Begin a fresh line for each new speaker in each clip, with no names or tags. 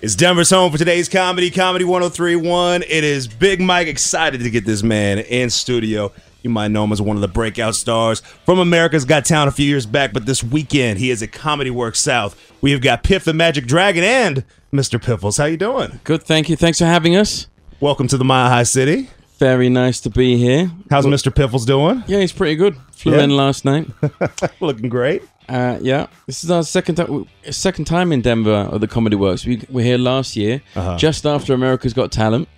It's Denver's home for today's comedy, Comedy 1031. It is Big Mike excited to get this man in studio. You might know him as one of the breakout stars from America's Got Talent a few years back, but this weekend he is at Comedy Works South. We have got Piff the Magic Dragon and Mr. Piffles. How you doing?
Good, thank you. Thanks for having us.
Welcome to the Mile High City.
Very nice to be here.
How's Mr. Piffles doing?
Yeah, he's pretty good. Flew
Yeah.
in last night.
Looking great.
Uh, yeah, this is our second time. Second time in Denver at the Comedy Works. We were here last year, just after America's Got Talent,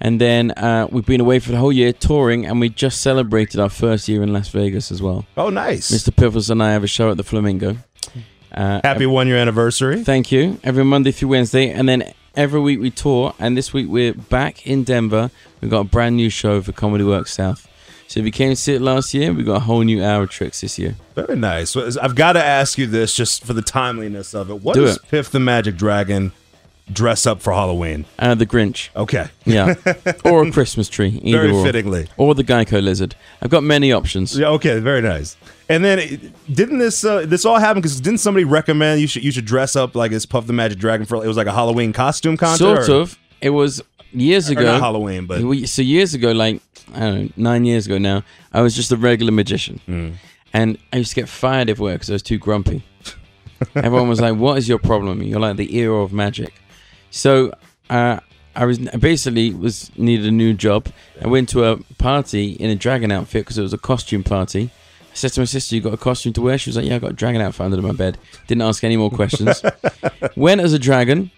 and then uh, we've been away for the whole year touring, and we just celebrated our first year in Las Vegas as well.
Oh, nice.
Mr. Pivels and I have a show at the Flamingo. Uh,
Happy one year anniversary.
Thank you. Every Monday through Wednesday, and then every week we tour. And this week we're back in Denver. We've got a brand new show for Comedy Works South. So if you came to see it last year, we've got a whole new hour of tricks this year.
Very nice. So, I've got to ask you this just for the timeliness of it. What
Do
does
it.
Piff the Magic Dragon dress up for Halloween?
Uh, the Grinch,
Okay.
yeah, or a Christmas tree, either
Very
or.
fittingly.
Or the Geico lizard. I've got many options.
Yeah. Okay. Very nice. And then it- didn't this uh, this all happen because didn't somebody recommend you should you should dress up like as Puff the Magic Dragon for it was like a Halloween costume contest?
sort
or-
of. It was years
or
ago.
not Halloween, but
We- so years ago, like I don't know, nine years ago now, I was just a regular magician, and I used to get fired everywhere because I was too grumpy. Everyone was like, "What is your problem? You're like the era of magic." So uh, I was I basically was needed a new job. I went to a party in a dragon outfit because it was a costume party. I said to my sister, "You got a costume to wear?" She was like, "Yeah, I got a dragon outfit under my bed." Didn't ask any more questions. Went as a dragon.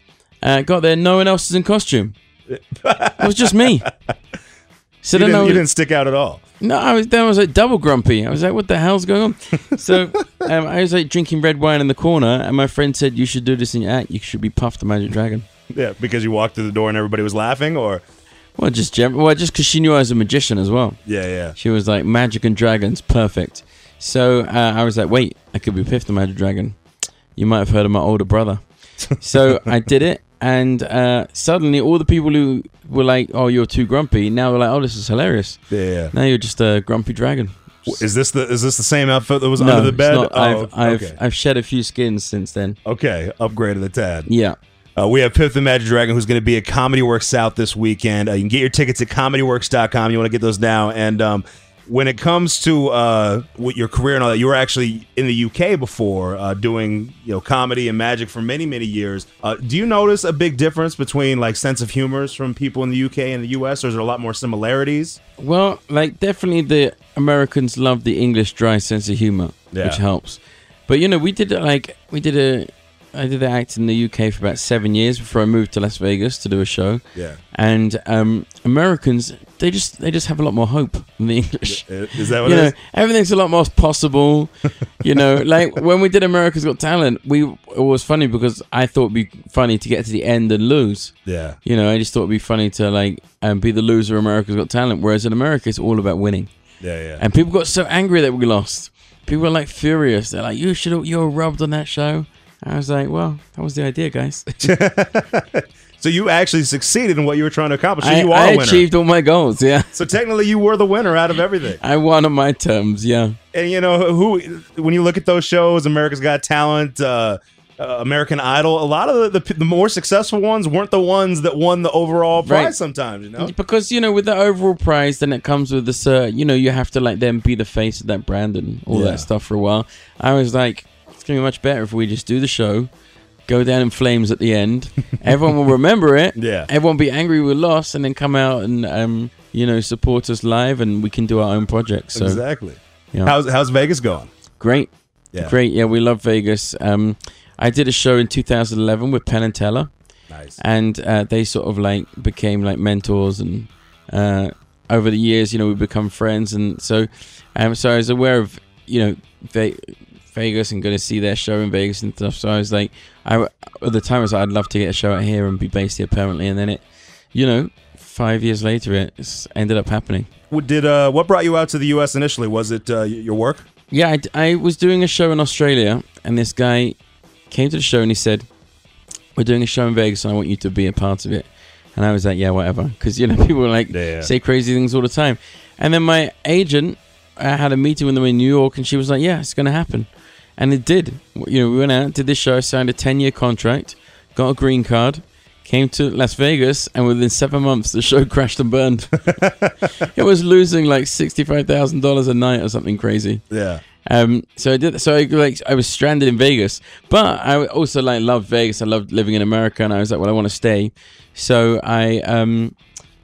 Uh, got there, no one else is in costume. It was just me. So
you,
then I
didn't,
was,
you didn't stick out at all.
no, I was then I was like double grumpy. I was like, what the hell's going on? so um, I was like drinking red wine in the corner, and my friend said, you should do this in your act. You should be Puff the Magic Dragon.
Yeah, because you walked through the door and everybody was laughing, or
Well, just gem- well, just because she knew I was a magician as well.
yeah, yeah.
She was like, magic and dragons, perfect. So uh, I was like, wait, I could be Piff the Magic Dragon. You might have heard of my older brother. So I did it, and uh, suddenly all the people who were like, oh, you're too grumpy, now they're like, oh, this is hilarious.
yeah, yeah.
Now you're just a grumpy dragon.
W- Is this the is this the same outfit that was
no,
under the
it's
bed?
not.
Oh,
I've, I've,
okay.
I've shed a few skins since then.
okay, upgraded the tad.
Yeah.
Uh, we have Piff the Magic Dragon, who's going to be at Comedy Works South this weekend. Uh, you can get your tickets at comedyworks.com. You want to get those now. And um, when it comes to uh, what your career and all that, you were actually in the UK before uh, doing you know comedy and magic for many many years. Uh, do you notice a big difference between like sense of humors from people in the UK and the US, or is there a lot more similarities?
Well, like definitely the Americans love the English dry sense of humor,
Yeah.
which helps. But you know, we did like we did a I did an act in the UK for about seven years before I moved to Las Vegas to do a show.
Yeah.
And um, Americans, they just they just have a lot more hope than the English.
Uh, Is that what
You
it
know,
is?
everything's a lot more possible. you know, like when we did America's Got Talent, we it was funny because I thought it'd be funny to get to the end and lose.
Yeah.
You know, I just thought it'd be funny to like um, be the loser. of America's Got Talent, whereas in America, it's all about winning.
Yeah. Yeah.
And people got so angry that we lost. People were like furious. They're like, "You should, you were robbed on that show." I was like, "Well, that was the idea, guys."
so you actually succeeded in what you were trying to accomplish. So
I,
you are
I
a winner.
achieved all my goals. Yeah,
so technically, you were the winner out of everything.
I won on my terms. Yeah,
and you know who when you look at those shows america's got talent uh, uh american idol a lot of the, the the more successful ones weren't the ones that won the overall prize
Right.
sometimes you know
because you know, with the overall prize, then it comes with this. Uh, you know, you have to like then be the face of that brand and all
Yeah.
that stuff for a while. I was like, "It's gonna be much better if we just do the show." Go down in flames at the end. Everyone will remember it.
Yeah.
Everyone be angry we lost, and then come out and um, you know support us live, and we can do our own projects. So
exactly
Yeah.
how's how's vegas going
Great.
Yeah.
Great. Yeah, we love Vegas. Um, I did a show in 2011 with Penn and Teller,
nice
and uh, they sort of like became like mentors. And uh, over the years, you know, we've become friends. And so, um, so I was aware of, you know, Ve- Vegas and going to see their show in Vegas and stuff. So I was like, I, at the time, I was like, I'd love to get a show out here and be based here permanently. And then it, you know, five years later, it's ended up happening.
what did uh what brought you out to the us initially was it uh, y- your work
Yeah, I d- I, was doing a show in Australia, and this guy came to the show and he said, "We're doing a show in Vegas, and I want you to be a part of it." And I was like, "Yeah, whatever," because you know people were like
Yeah.
say crazy things all the time. And then my agent, I had a meeting with them in New York, and she was like, "Yeah, it's going to happen," and it did. W- You know, we went out, did this show, signed a ten-year contract, got a green card, Came to Las Vegas, and within seven months, the show crashed and burned. it was losing like sixty-five thousand dollars a night or something crazy.
Yeah.
Um, so I did. So I like I was stranded in Vegas, but I also like loved Vegas. I loved living in America, and I was like, well, I want to stay. So I um,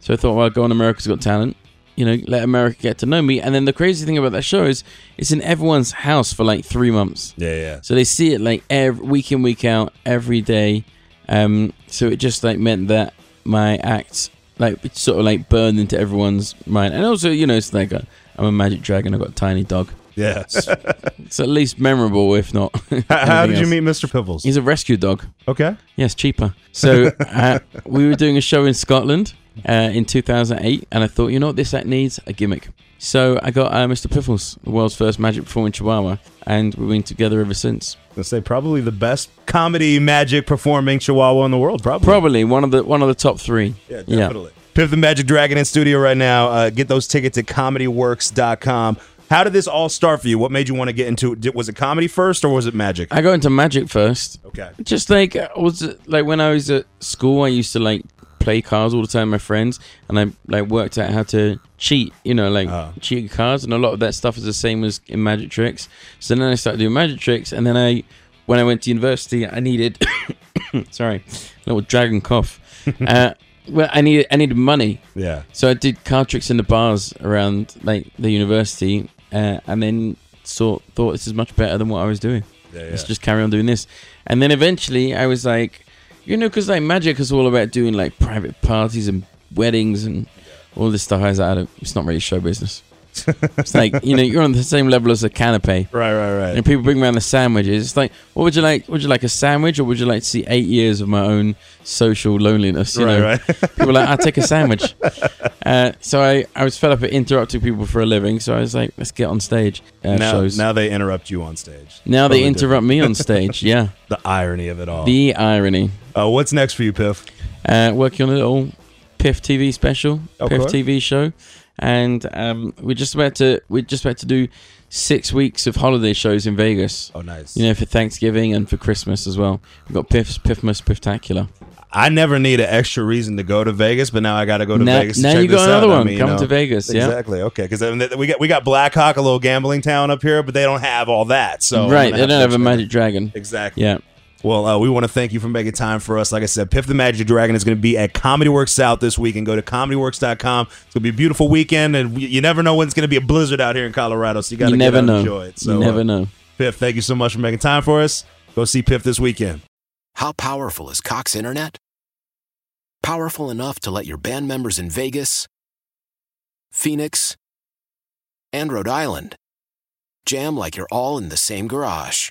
so I thought, well, I'll go on America's Got Talent. You know, let America get to know me. And then the crazy thing about that show is, it's in everyone's house for like three months.
Yeah, yeah.
So they see it like every week in, week out, every day. Um, so it just like meant that my act like it sort of like burned into everyone's mind. And also, you know, it's like a, I'm a magic dragon. I've got a tiny dog.
Yeah.
It's, it's at least memorable, if not.
How, how did
anything
you
else.
meet Mr. Pibbles?
He's a rescue dog.
okay.
Yes, cheaper. So uh, we were doing a show in Scotland uh, in 2008, and I thought, you know what, this act needs a gimmick. So I got uh, Mr. Piffles, the world's first magic performing chihuahua, and we've been together ever since.
Let's say probably the best comedy magic performing chihuahua in the world, probably.
Probably one of the one of the top three.
Yeah, definitely. Piv the Magic Dragon in studio right now. Uh, get those tickets at comedyworks.com. How did this all start for you? What made you want to get into it? Did- Was it comedy first or was it magic?
I got into magic first.
okay.
Just like I was uh, like when I was at school, I used to like play cards all the time with my friends, and I like worked out how to cheat. You know, like
Ah.
cheating cards, and a lot of that stuff is the same as in magic tricks. So then I started doing magic tricks, and then I, when I went to university, I needed, sorry, little dragon cough. uh, well, I needed I needed money,
Yeah.
so I did card tricks in the bars around like the university, uh, and then sort thought this is much better than what I was doing.
Yeah,
Let's just carry on doing this. And then eventually I was like, you know, because like magic is all about doing like private parties and weddings and all this stuff. I was like, I don't, it's not really show business. it's like, you know, you're on the same level as a canape.
Right, right, right.
And people bring around the sandwiches. It's like, what would you like? Would you like a sandwich or would you like to see eight years of my own social loneliness? You
right,
know?
right.
People were like, I'll take a sandwich. Uh, so I, I was fed up at interrupting people for a living. So I was like, let's get on stage. Uh,
now,
shows. Now,
now they interrupt you on stage.
they
Totally
interrupt me on stage. Yeah.
different. The irony of it all.
The irony.
uh, what's next for you, Piff?
Uh, working on a little Piff TV special,
Okay.
Piff TV show, and um, we're just about to we're just about to do six weeks of holiday shows in Vegas.
Oh, nice.
You know, for Thanksgiving and for Christmas as well. We've got Piff's Piffmas Pifftacular.
I never need an extra reason to go to Vegas, but now I got to go to
now
Vegas. to
now
check
you
this
got another
out. I
one.
mean, you
Come
know.
to Vegas, yeah.
Exactly. Okay. Because we got we got Black Hawk, a little gambling town up here, but they don't have all that. So I'm gonna
right, they don't
to
have a
check-
magic dragon.
Exactly.
Yeah.
Well, uh, we want to thank you for making time for us. Like I said, Piff the Magic Dragon is going to be at Comedy Works South this week, and go to comedyworks.com. It's going to be a beautiful weekend, and we, you never know when it's going to be a blizzard out here in Colorado. So you got to
You never know.
enjoy it. So,
you never
uh,
know.
Piff, thank you so much for making time for us. Go see Piff this weekend.
How powerful is Cox Internet? Powerful enough to let your band members in Vegas, Phoenix, and Rhode Island jam like you're all in the same garage.